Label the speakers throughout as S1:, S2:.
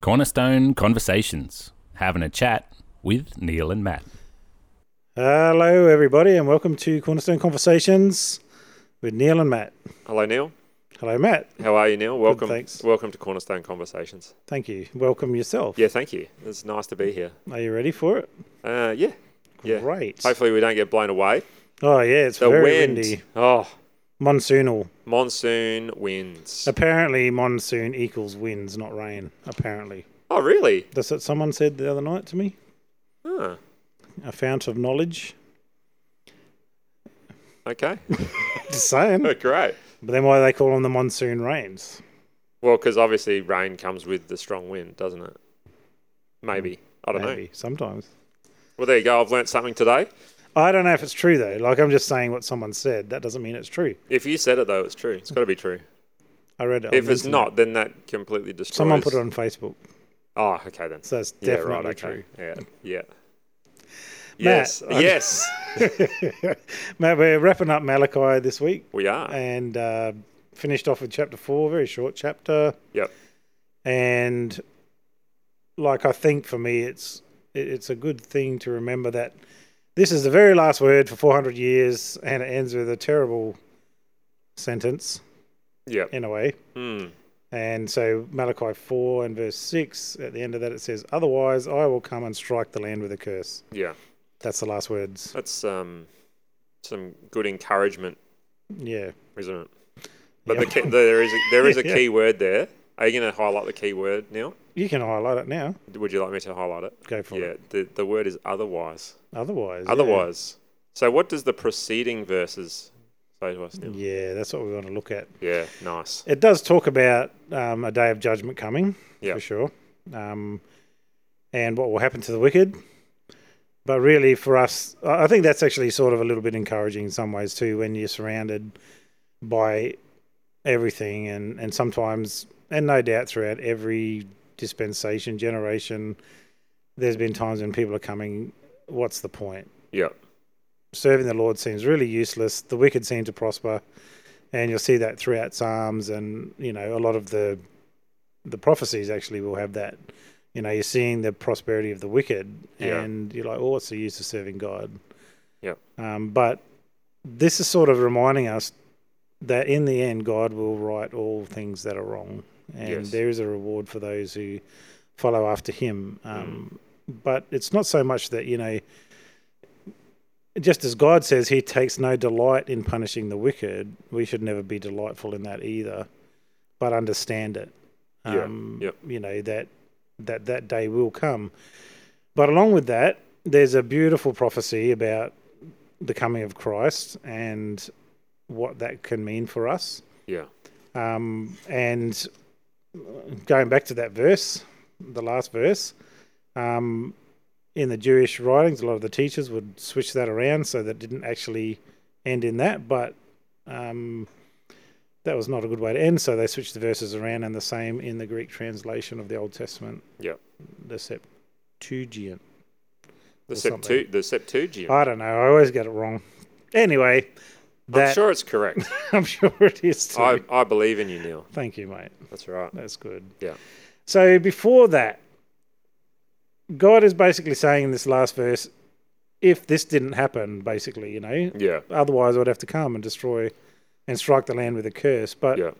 S1: Cornerstone Conversations, having a chat with Neil and Matt.
S2: Hello, everybody, and welcome to Cornerstone Conversations with Neil and Matt.
S3: Hello, Neil.
S2: Hello, Matt.
S3: How are you, Neil? Welcome.
S2: thanks.
S3: Welcome to Cornerstone Conversations.
S2: Thank you. Welcome yourself.
S3: Yeah, thank you. It's nice to be here.
S2: Are you ready for it?
S3: Uh, yeah. Yeah.
S2: Great.
S3: Hopefully, we don't get blown away.
S2: Oh, yeah, it's
S3: The
S2: very
S3: wind.
S2: windy.
S3: Oh,
S2: Monsoonal.
S3: monsoon winds.
S2: Apparently, monsoon equals winds, not rain. Apparently.
S3: Oh, really?
S2: That's what someone said the other night to me.
S3: Huh.
S2: A fount of knowledge.
S3: Okay.
S2: Just saying.
S3: Oh,
S2: But
S3: Great.
S2: then why do they call them the monsoon rains?
S3: Well, because obviously rain comes with the strong wind, doesn't it? Maybe. I don't know.
S2: Mm, Maybe, sometimes.
S3: Well, there you go. I've learnt something today.
S2: I don't know if it's true, though. Like, I'm just saying what someone said. That doesn't mean it's true.
S3: If you said it, though, it's true. It's got to be true.
S2: I read it. on
S3: If
S2: the
S3: it's
S2: internet.
S3: not, then that completely destroys.
S2: someone put it on Facebook.
S3: Oh, okay then.
S2: So that's
S3: Yeah,
S2: definitely
S3: right, okay.
S2: true.
S3: Yeah, yeah. Yes,
S2: Matt, I'm-
S3: yes,
S2: Matt, we're wrapping up Malachi this week
S3: we are.
S2: and uh, finished off with chapter four, very short chapter.
S3: Yep.
S2: And like I think for me, it's it- it's a good thing to remember that this is the very last word for 400 years, and it ends with a terrible sentence
S3: Yep.
S2: in a way.
S3: Mm.
S2: And so Malachi 4 and verse 6, at the end of that, it says, Otherwise, I will come and strike the land with a curse.
S3: Yeah,
S2: That's the last words.
S3: that's um, some good encouragement,
S2: Yeah.
S3: isn't it? But
S2: Yeah.
S3: the key, there is a, there is a
S2: Yeah.
S3: key word there. Are you going to highlight the key word, Neil?
S2: You can highlight it now.
S3: Would you like me to highlight it?
S2: Go for
S3: Yeah,
S2: it.
S3: the the word is otherwise.
S2: Otherwise. yeah.
S3: Otherwise. So what does the preceding verses say to us, Neil?
S2: Yeah, that's what we want to look at.
S3: Yeah, nice.
S2: It does talk about um, a day of judgment coming,
S3: Yeah.
S2: for sure, um, and what will happen to the wicked. But really, for us, I I think that's actually sort of a little bit encouraging in some ways too, when you're surrounded by everything, and and sometimes, and no doubt, throughout every dispensation, generation, there's been times when people are coming. What's the point?
S3: Yeah,
S2: serving the Lord seems really useless. The wicked seem to prosper, and you'll see that throughout Psalms, and you know a lot of the the prophecies actually will have that. You know, you're seeing the prosperity of the wicked,
S3: Yeah.
S2: and you're like, "Oh, what's the use of serving God?"
S3: Yep.
S2: Um, but this is sort of reminding us that in the end, God will right all things that are wrong, and
S3: Yes.
S2: there is a reward for those who follow after Him. Um,
S3: Mm.
S2: But it's not so much that you know just as God says he takes no delight in punishing the wicked, we should never be delightful in that either, but understand it. Um,
S3: Yeah, yep.
S2: You know that that that day will come. But along with that, there's a beautiful prophecy about the coming of Christ and what that can mean for us.
S3: yeah,
S2: Um, and going back to that verse, the last verse, um, in the Jewish writings, a lot of the teachers would switch that around so that it didn't actually end in that, but um, that was not a good way to end. So they switched the verses around, and the same in the Greek translation of the Old Testament,
S3: yeah.
S2: the Septuagint.
S3: The
S2: Or something. Uh,
S3: Septu- the Septuagint.
S2: I don't know. I always get it wrong. Anyway, that
S3: I'm sure it's correct.
S2: I'm sure it is. Too.
S3: I, I believe in you, Neil.
S2: Thank you, mate.
S3: That's right.
S2: That's good.
S3: Yeah.
S2: So before that, God is basically saying in this last verse, if this didn't happen, basically, you know,
S3: Yeah.
S2: otherwise I'd have to come and destroy and strike the land with a curse. But
S3: Yeah.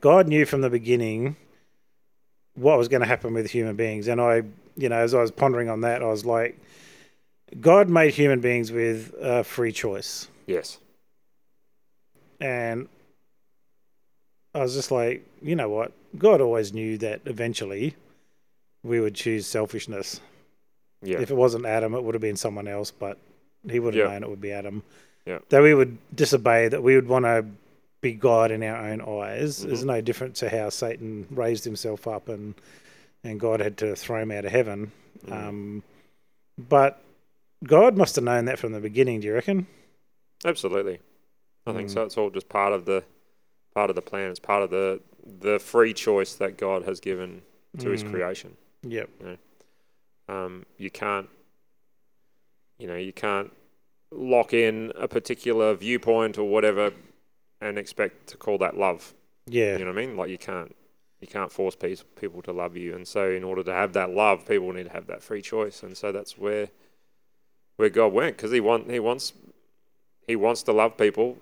S2: God knew from the beginning what was going to happen with human beings. And I, you know, as I was pondering on that, I was like, God made human beings with uh, free choice.
S3: Yes.
S2: And I was just like, you know what? God always knew that eventually we would choose selfishness.
S3: Yeah.
S2: If it wasn't Adam, it would have been someone else, but he would have
S3: Yeah.
S2: known it would be Adam.
S3: Yeah.
S2: That we would disobey, that we would want to be God in our own eyes
S3: Mm-hmm.
S2: is no different to how Satan raised himself up and and God had to throw him out of heaven.
S3: Mm-hmm.
S2: Um, but God must have known that from the beginning, do you reckon?
S3: Absolutely. I think so. It's all just part of the part of the plan. It's part of the the free choice that God has given to His creation.
S2: Yep.
S3: Um, you can't, you know, you can't lock in a particular viewpoint or whatever and expect to call that love.
S2: Yeah.
S3: You know what I mean? Like you can't. You can't force peace, people to love you, and so in order to have that love, people need to have that free choice, and so that's where where God went because he want he wants he wants to love people,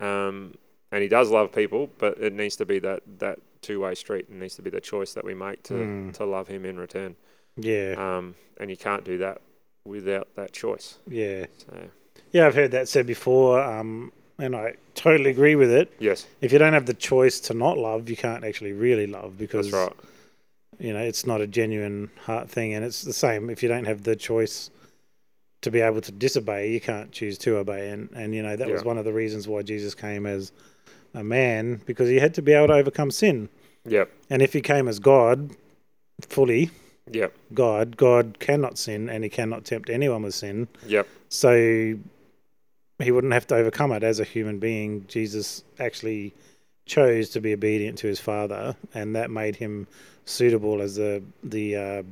S3: um, and he does love people, but it needs to be that that two way street. It needs to be the choice that we make to
S2: Mm.
S3: to love him in return,
S2: Yeah,
S3: um, and you can't do that without that choice.
S2: yeah,
S3: So
S2: yeah. I've heard that said before, um, and I totally agree with it.
S3: yes,
S2: If you don't have the choice to not love, you can't actually really love because
S3: that's right.
S2: you know it's not a genuine heart thing. And it's the same if you don't have the choice to be able to disobey, you can't choose to obey. And and you know that was
S3: Yeah.
S2: one of the reasons why Jesus came as a man because he had to be able to overcome sin.
S3: Yep,
S2: And if he came as God, fully
S3: yep,
S2: God, God cannot sin and he cannot tempt anyone with sin.
S3: yep.
S2: So he wouldn't have to overcome it as a human being. Jesus actually chose to be obedient to his father, and that made him suitable as the the uh,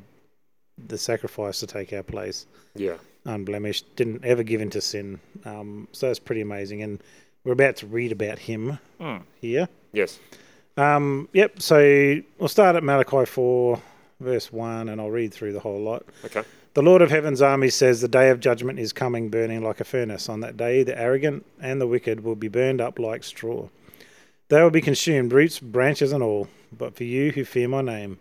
S2: the sacrifice to take our place,
S3: Yeah,
S2: unblemished. Didn't ever give in to sin. Um, so that's pretty amazing. And we're about to read about him here.
S3: yes,
S2: Um, yep. So we'll start at Malachi four, verse one, and I'll read through the whole lot.
S3: okay,
S2: The Lord of Heaven's army says, The day of judgment is coming, burning like a furnace. On that day, the arrogant and the wicked will be burned up like straw. They will be consumed, roots, branches, and all. But for you who fear my name,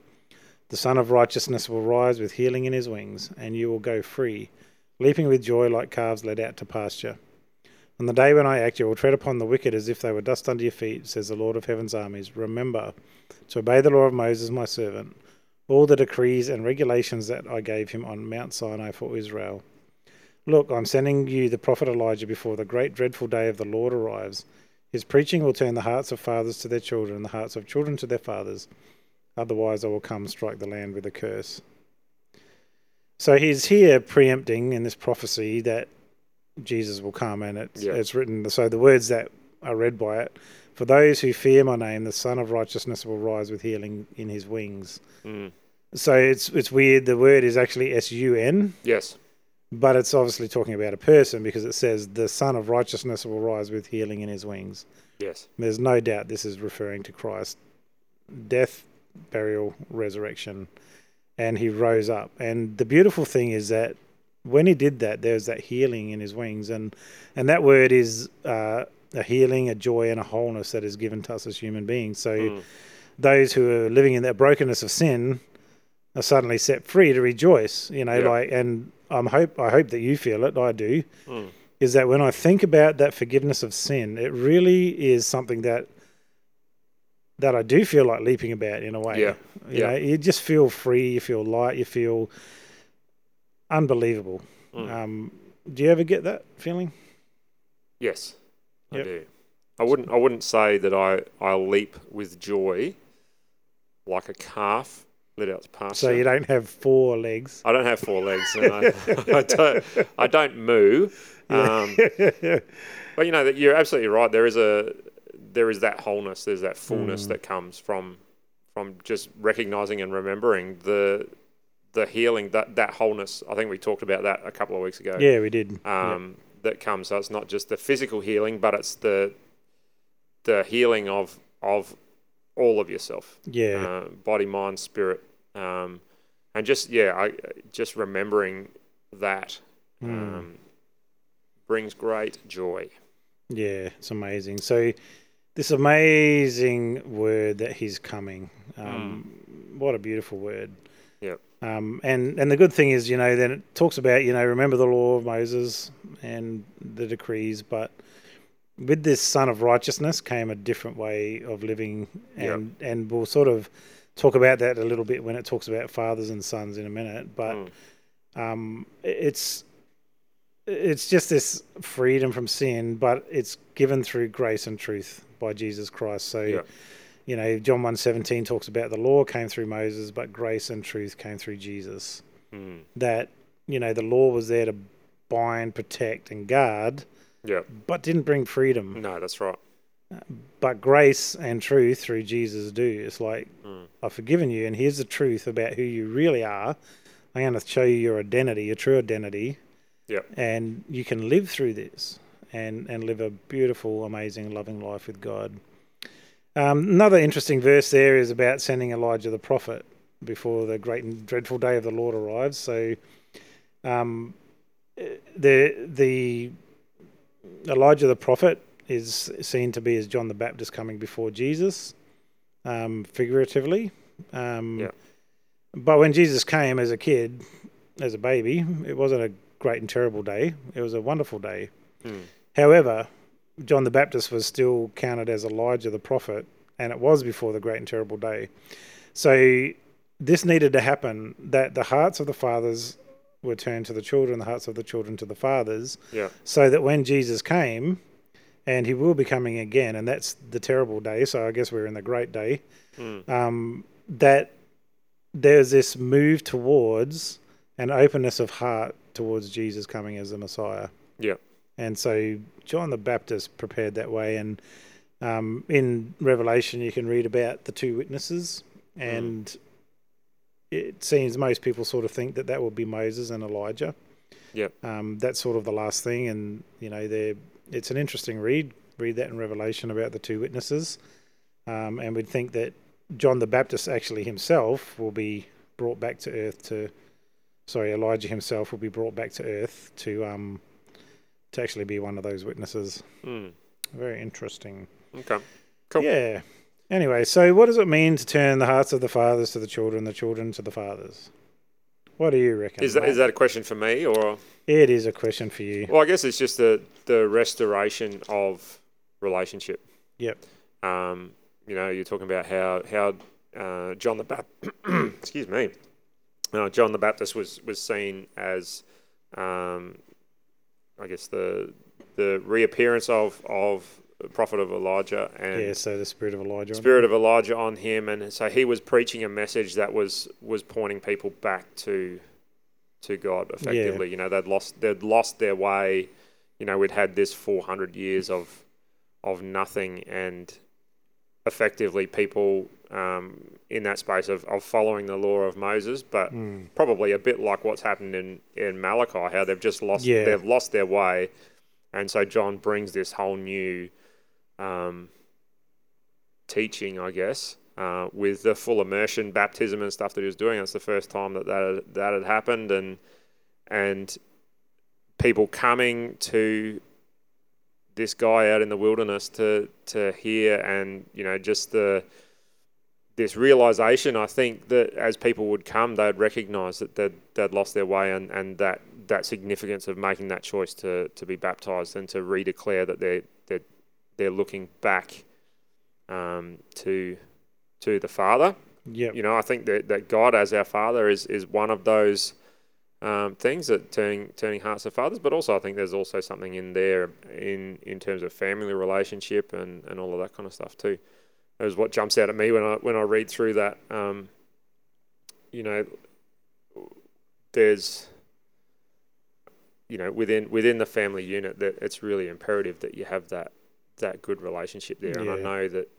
S2: the Son of Righteousness will rise with healing in his wings, and you will go free, leaping with joy like calves led out to pasture. On the day when I act, you will tread upon the wicked as if they were dust under your feet, says the Lord of Heaven's armies. Remember to obey the law of Moses, my servant all the decrees and regulations that I gave him on Mount Sinai for Israel. Look, I'm sending you the prophet Elijah before the great dreadful day of the Lord arrives. His preaching will turn the hearts of fathers to their children, and the hearts of children to their fathers. Otherwise, I will come and strike the land with a curse. So he's here preempting in this prophecy that Jesus will come, and it's,
S3: Yeah.
S2: it's written. So the words that are read by it For those who fear my name, the Son of Righteousness will rise with healing in his wings.
S3: mm.
S2: So it's it's weird. The word is actually S U N,
S3: yes,
S2: but it's obviously talking about a person because it says the Son of Righteousness will rise with healing in his wings.
S3: yes,
S2: There's no doubt this is referring to Christ, death, burial, resurrection, and he rose up. And the beautiful thing is that when he did that, there's that healing in his wings, and and that word is uh, a healing, a joy, and a wholeness that is given to us as human beings. So
S3: Mm.
S2: those who are living in that brokenness of sin are suddenly set free to rejoice. You know,
S3: Yeah.
S2: like and I'm hope I hope that you feel it. I do
S3: mm.
S2: is that when I think about that forgiveness of sin, it really is something that that I do feel like leaping about in a way.
S3: Yeah.
S2: You
S3: Yeah.
S2: know, you just feel free, you feel light, you feel unbelievable.
S3: Mm.
S2: Um, do you ever get that feeling?
S3: Yes, I
S2: Yep.
S3: do. I wouldn't. I wouldn't say that I, I leap with joy like a calf let out to pasture.
S2: So you don't have four legs.
S3: I don't have four legs, and I, I don't. I don't moo. Um, but you know that you're absolutely right. There is a there is that wholeness. There's that
S2: Mm.
S3: fullness that comes from from just recognizing and remembering the the healing that that wholeness. I think we talked about that a couple of weeks ago
S2: yeah, we did.
S3: um, that comes. So it's not just the physical healing, but it's the the healing of of all of yourself,
S2: yeah.
S3: uh, body, mind, spirit, um, and just yeah, I just remembering that
S2: Mm.
S3: um, brings great joy.
S2: Yeah, it's amazing. So, this amazing word that he's coming. Um, What a beautiful word.
S3: Mm. Yep.
S2: Um, and and the good thing is, you know, then it talks about you know remember the law of Moses and the decrees, but with this son of righteousness came a different way of living,
S3: Yep.
S2: and and we'll sort of talk about that a little bit when it talks about fathers and sons in a minute, but
S3: Mm.
S2: um, it's it's just this freedom from sin, but it's given through grace and truth by Jesus Christ. So,
S3: Yeah.
S2: you know, John 1.17 talks about the law came through Moses, but grace and truth came through Jesus.
S3: Mm.
S2: That you know, the law was there to bind, protect, and guard,
S3: Yeah,
S2: but didn't bring freedom
S3: Mm-hmm. no, that's right.
S2: but grace and truth through Jesus do. It's like I've forgiven you, and here's the truth about who you really are. I'm going to show you your identity, your true identity,
S3: Yep.
S2: and you can live through this and and live a beautiful, amazing, loving life with God. Um, another interesting verse there is about sending Elijah the prophet before the great and dreadful day of the Lord arrives. So, um, the the Elijah the prophet is seen to be as John the Baptist coming before Jesus, um, figuratively. Um,
S3: Yeah.
S2: But when Jesus came as a kid, as a baby, it wasn't a great and terrible day. It was a wonderful day. However, John the Baptist was still counted as Elijah the prophet, and it was before the great and terrible day. So this needed to happen that the hearts of the fathers were turned to the children, the hearts of the children to the fathers,
S3: Yeah.
S2: so that when Jesus came, and he will be coming again, and that's the terrible day. So I guess we're in the great day. Um, that there's this move towards an openness of heart towards Jesus coming as the Messiah.
S3: Yeah.
S2: And so John the Baptist prepared that way. And um, in Revelation, you can read about the two witnesses. And it seems most people sort of think that that would be Moses and Elijah.
S3: Yep.
S2: Um, that's sort of the last thing. And, you know, they're, it's an interesting read. Read that in Revelation about the two witnesses. Um, and we'd think that John the Baptist actually himself will be brought back to earth to. Sorry, Elijah himself will be brought back to earth to um, to actually be one of those witnesses.
S3: Mm.
S2: Very interesting.
S3: Okay. Cool.
S2: Yeah. Anyway, so what does it mean to turn the hearts of the fathers to the children, the children to the fathers? What do you reckon?
S3: Is that is that a question for me or?
S2: It is a question for you.
S3: Well, I guess it's just the the restoration of relationship.
S2: Yep.
S3: Um, you know, you're talking about how how uh, John the Baptist, excuse me, uh, John the Baptist was was seen as, um, I guess the the reappearance of of the prophet of Elijah and
S2: Yeah. So the spirit of Elijah.
S3: spirit of Elijah on him, and so he was preaching a message that was was pointing people back to to God effectively. You know, they'd lost they'd lost their way. You know, we'd had this 400 years of of nothing, and effectively people um, in that space of, of following the law of Moses,
S2: Mm.
S3: but probably a bit like what's happened in in Malachi, how they've just lost
S2: Yeah.
S3: they've lost their way, and so John brings this whole new um, teaching, I guess, uh, with the full immersion baptism and stuff that he was doing. That's the first time that that, that had happened, and and people coming to this guy out in the wilderness to to hear and you know just the this realization I think that as people would come they'd recognize that they'd, they'd lost their way and, and that that significance of making that choice to to be baptized and to redeclare that they're they're, they're looking back um, to to the father
S2: Yep.
S3: you know, I think that, that God as our Father is is one of those um, things that turning turning hearts to fathers. But also, I think there's also something in there in in terms of family relationship and, and all of that kind of stuff too. That was what jumps out at me when I when I read through that. Um, you know, there's you know within within the family unit that it's really imperative that you have that that good relationship there. And I
S2: Yeah.
S3: know that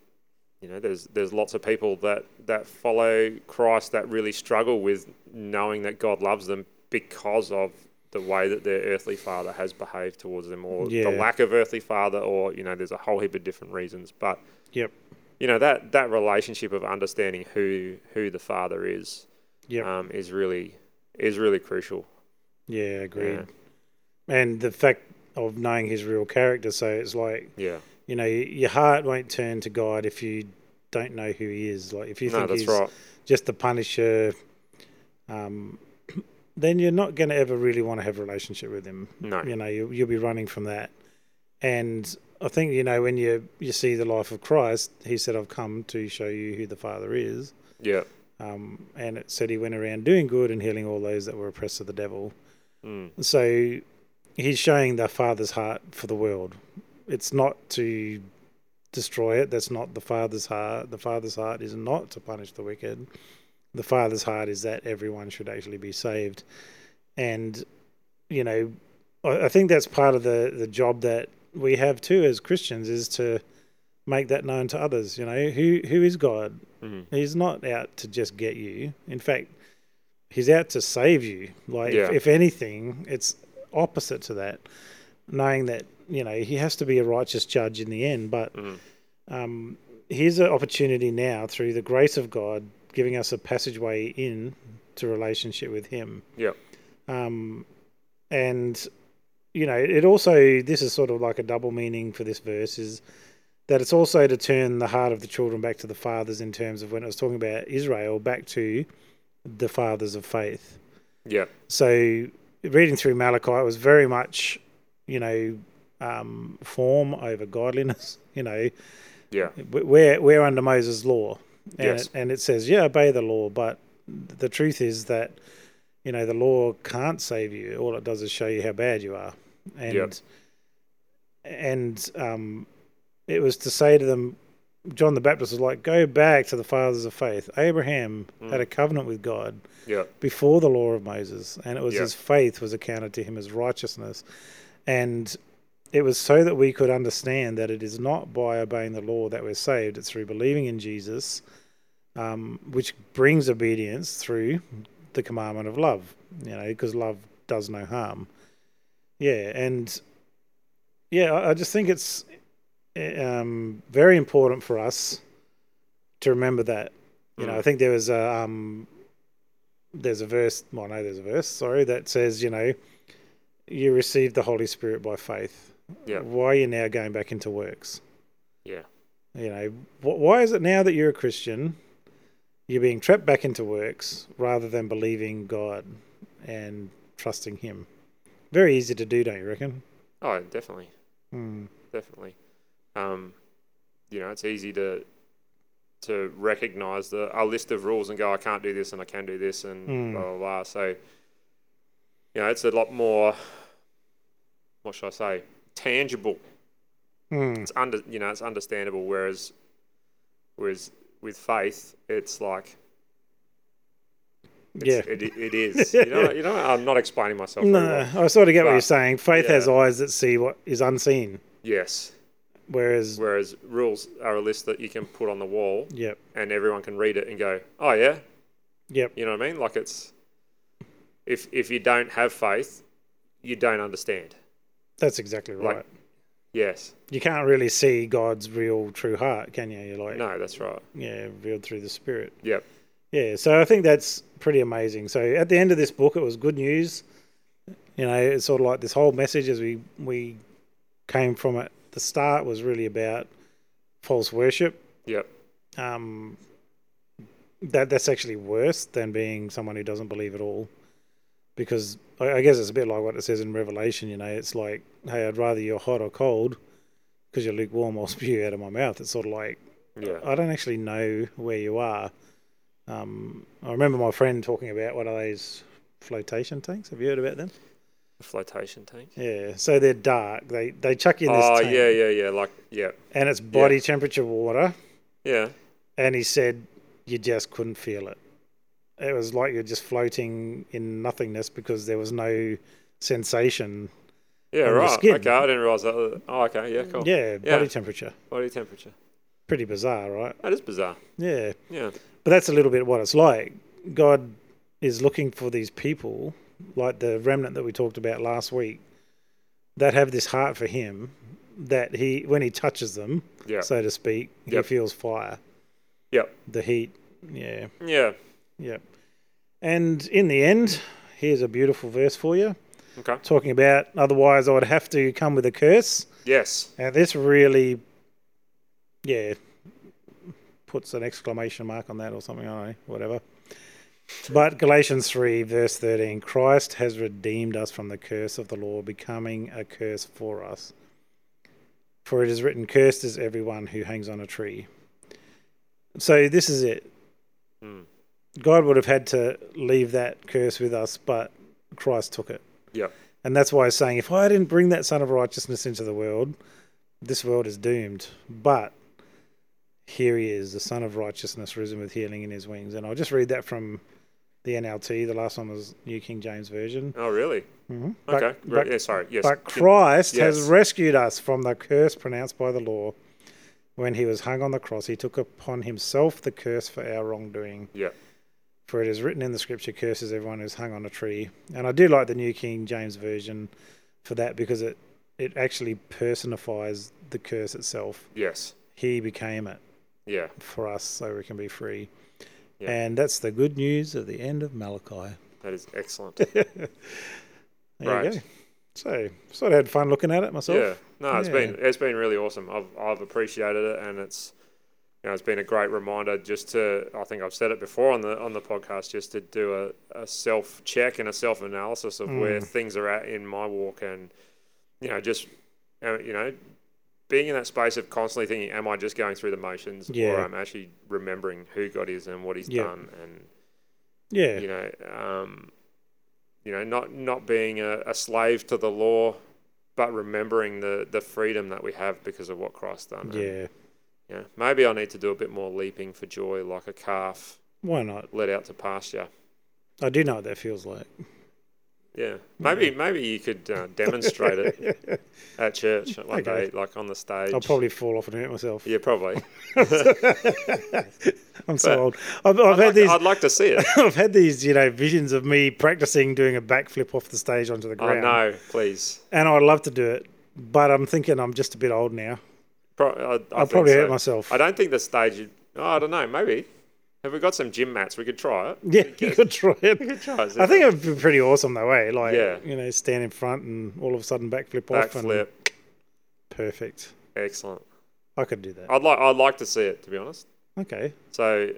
S3: you know there's there's lots of people that that follow Christ that really struggle with knowing that God loves them because of the way that their earthly father has behaved towards them or
S2: Yeah.
S3: the lack of earthly father or you know there's a whole heap of different reasons but
S2: Yep.
S3: you know that that relationship of understanding who who the father is
S2: Yep.
S3: um, is really is really crucial
S2: yeah. Agreed.
S3: yeah
S2: And the fact of knowing his real character. So it's like
S3: yeah
S2: you know your heart won't turn to God if you don't know who he is. Like if you
S3: no
S2: think
S3: that's
S2: he's
S3: right
S2: just the Punisher, um, then you're not going to ever really want to have a relationship with him.
S3: no
S2: You know, you, you'll be running from that. And I think you know when you you see the life of Christ, he said, "I've come to show you who the Father is."
S3: yeah
S2: Um, and it said he went around doing good and healing all those that were oppressed of the devil.
S3: Mm.
S2: So he's showing the Father's heart for the world. It's not to destroy it. That's not the Father's heart. The Father's heart is not to punish the wicked. The Father's heart is that everyone should actually be saved. And, you know, I, I think that's part of the, the job that we have too as Christians is to make that known to others. You know, who who is God?
S3: Mhm.
S2: He's not out to just get you. In fact, he's out to save you. Like, if,
S3: Yeah.
S2: if anything, it's opposite to that, knowing that you know he has to be a righteous judge in the end. But um, here's an opportunity now through the grace of God giving us a passageway in to relationship with Him.
S3: Yep.
S2: Um, and you know, it also this is sort of like a double meaning for this verse is that it's also to turn the heart of the children back to the fathers in terms of when it was talking about Israel back to the fathers of faith.
S3: Yeah.
S2: So reading through Malachi it was very much, you know, um, form over godliness. You know,
S3: Yeah.
S2: we're we're under Moses' law, and
S3: Yes.
S2: it, and it says, yeah, obey the law. But the truth is that you know the law can't save you. All it does is show you how bad you are, and
S3: Yep.
S2: and um, it was to say to them, John the Baptist was like, go back to the fathers of faith. Abraham
S3: Mm.
S2: had a covenant with God
S3: Yeah.
S2: before the law of Moses, and it was
S3: Yeah.
S2: his faith was accounted to him as righteousness. And it was so that we could understand that it is not by obeying the law that we're saved, it's through believing in Jesus, um, which brings obedience through the commandment of love, you know, because love does no harm. Yeah, and yeah, I, I just think it's eh, um, very important for us to remember that. You know,
S3: Mm.
S2: I think there was a um, there's a verse. Well, no, there's a verse. Sorry, that says you know you received the Holy Spirit by faith.
S3: Yeah.
S2: Why are you now going back into works?
S3: Yeah.
S2: You know, wh- why is it now that you're a Christian, you're being trapped back into works rather than believing God and trusting Him? Very easy to do, don't you reckon?
S3: Oh, definitely. Hmm.
S2: Mm.
S3: Definitely. Um, you know, it's easy to to recognize the a list of rules and go, I can't do this and I can do this and
S2: Mm.
S3: blah blah blah. So, you know, it's a lot more. What should I say? Tangible.
S2: Mm.
S3: It's under. You know, it's understandable. Whereas, whereas with faith, it's like.
S2: Yeah.
S3: It's, it, it is. You know, you know, I'm not explaining myself. very
S2: No,
S3: well.
S2: I sort of get what you're
S3: But,
S2: saying. Faith has
S3: yeah.
S2: eyes that see what is unseen,
S3: Yes.
S2: whereas
S3: Whereas rules are a list that you can put on the wall
S2: yep,
S3: and everyone can read it and go, oh yeah,
S2: yep,
S3: You know what I mean? Like it's if if you don't have faith, you don't understand.
S2: that's exactly right.
S3: Like- Yes.
S2: you can't really see God's real, true heart, can you? You're like,
S3: No, that's right.
S2: yeah, revealed through the Spirit.
S3: Yep.
S2: Yeah, so I think that's pretty amazing. So at the end of this book, it was good news. You know, it's sort of like this whole message as we we came from it. The start was really about false worship.
S3: Yep.
S2: Um, that that's actually worse than being someone who doesn't believe at all, because I, I guess it's a bit like what it says in Revelation. You know, it's like, hey, I'd rather you're hot or cold, because you're lukewarm. I'll spew you out of my mouth. It's sort of like
S3: Yeah.
S2: I don't actually know where you are. Um, I remember my friend talking about one of those flotation tanks. Have you heard about them?
S3: A flotation tank.
S2: Yeah. So they're dark. They they chuck you in this
S3: Oh
S2: tank,
S3: yeah, yeah, yeah. Like yeah.
S2: and it's body temperature water.
S3: Yeah.
S2: And he said you just couldn't feel it. It was like you're just floating in nothingness because there was no sensation.
S3: Yeah,
S2: On your
S3: right.
S2: skin.
S3: Okay, I didn't realise that. Oh, okay, yeah, cool.
S2: Yeah,
S3: Yeah.
S2: body temperature.
S3: Body temperature.
S2: Pretty bizarre, right?
S3: That is bizarre.
S2: Yeah.
S3: Yeah.
S2: But that's a little bit what it's like. God is looking for these people, like the remnant that we talked about last week, that have this heart for Him, that He, when He touches them,
S3: Yeah.
S2: so to speak,
S3: Yep.
S2: He feels fire,
S3: Yep.
S2: the heat. Yeah,
S3: Yeah.
S2: yeah. And in the end, here's a beautiful verse for you
S3: Okay.
S2: talking about otherwise I would have to come with a curse.
S3: Yes.
S2: And this really, yeah, puts an exclamation mark on that or something. I don't know, whatever. But Galatians 3, verse 13 Christ has redeemed us from the curse of the law, becoming a curse for us. For it is written, Cursed is everyone who hangs on a tree. So this is it.
S3: Mm.
S2: God would have had to leave that curse with us, but Christ took it.
S3: Yep.
S2: And that's why I was saying, if I didn't bring that Son of Righteousness into the world, this world is doomed. But here he is, the Son of Righteousness, risen with healing in his wings. And I'll just read that from the NLT. The last one was New King James Version.
S3: Oh really?
S2: Mhm. But-
S3: Okay. Great.
S2: but-
S3: yeah, sorry. Yes.
S2: but Christ
S3: Yes.
S2: has rescued us from the curse pronounced by the law. When he was hung on the cross, he took upon himself the curse for our wrongdoing.
S3: yeah.
S2: For it is written in the scripture, curses everyone who's hung on a tree. And I do like the New King James Version for that because it, it actually personifies the curse itself.
S3: Yes.
S2: He became it.
S3: Yeah.
S2: for us so we can be free.
S3: Yeah.
S2: And that's the good news of the end of Malachi.
S3: That is excellent.
S2: There
S3: Right.
S2: you go. So, sort of had fun looking at it myself.
S3: Yeah, no, it's
S2: Yeah.
S3: been it's been really awesome. I've I've appreciated it, and it's you know it's been a great reminder just to I think I've said it before on the on the podcast just to do a, a self check and a self analysis of where
S2: Mm.
S3: things are at in my walk, and you know just uh, you know being in that space of constantly thinking, am I just going through the motions, or
S2: Yeah.
S3: I'm actually remembering who God is and what He's
S2: Yeah.
S3: done, and
S2: Yeah.
S3: you know, um, you know, not not being a, a slave to the law, but remembering the the freedom that we have because of what Christ done. And,
S2: Yeah.
S3: you know, maybe I need to do a bit more leaping for joy, like a calf
S2: Why not?
S3: led out to pasture.
S2: I do know what that feels like.
S3: Yeah, maybe maybe you could uh, demonstrate it at church, like
S2: Okay.
S3: they- like on the stage.
S2: I'll probably fall off and hurt myself.
S3: yeah, probably.
S2: I'm so old. I've, I've had
S3: I'd,
S2: these.
S3: I'd like to see it.
S2: I've had these, you know, visions of me practicing doing a backflip off the stage onto the
S3: I
S2: ground.
S3: know, please.
S2: And I'd love to do it, but I'm thinking I'm just a bit old now.
S3: Pro- I, I
S2: I'll
S3: think
S2: probably
S3: so.
S2: hurt myself.
S3: I don't think the stage. Oh, I don't know. Maybe have we got some gym mats? We could try it.
S2: Yeah, you could try it.
S3: Try Oh, it,
S2: I think it would be pretty awesome though, eh? Like,
S3: Yeah.
S2: you know, stand in front and all of a sudden backflip off. and-
S3: backflip.
S2: Perfect.
S3: Excellent.
S2: I could do that.
S3: I'd like I'd like to see it to be honest.
S2: Okay.
S3: So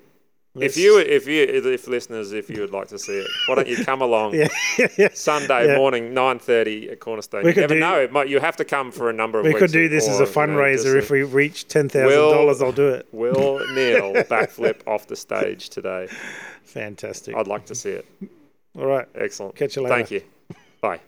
S2: Let's-
S3: if Oh. you if you if listeners if you would like to see it, why don't you come along Sunday
S2: Yeah.
S3: morning nine thirty at Cornerstone?
S2: We
S3: You
S2: could
S3: never
S2: do-
S3: know. It might you have to come for a number of
S2: we
S3: weeks.
S2: could do this as a
S3: or, you know,
S2: fundraiser.
S3: just
S2: if we reach ten thousand dollars,
S3: Will-
S2: I'll do it.
S3: a- Will Neil backflip off the stage today?
S2: Fantastic.
S3: I'd like to see it.
S2: All right.
S3: Excellent.
S2: Catch you
S3: Thank you. Bye.